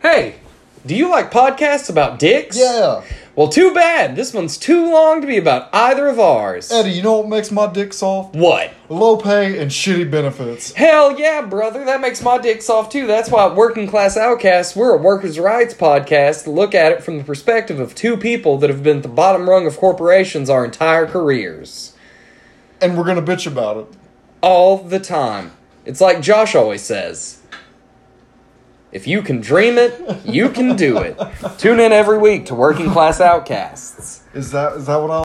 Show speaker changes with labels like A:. A: Hey, do you like podcasts about dicks?
B: Yeah.
A: Well, too bad. This one's too long to be about either of ours.
B: Eddie, you know what makes my dick soft?
A: what?
B: Low pay and shitty benefits.
A: Hell yeah, brother. That makes my dick soft too. That's why at Working Class Outcasts, we're a workers' rights podcast. that Look at it from the perspective of two people that have been at the bottom rung of corporations our entire careers.
B: And we're gonna bitch about it.
A: All the time. It's like Josh always says. If you can dream it, you can do it. Tune in every week to Working Class Outcasts.
B: Is that is that what I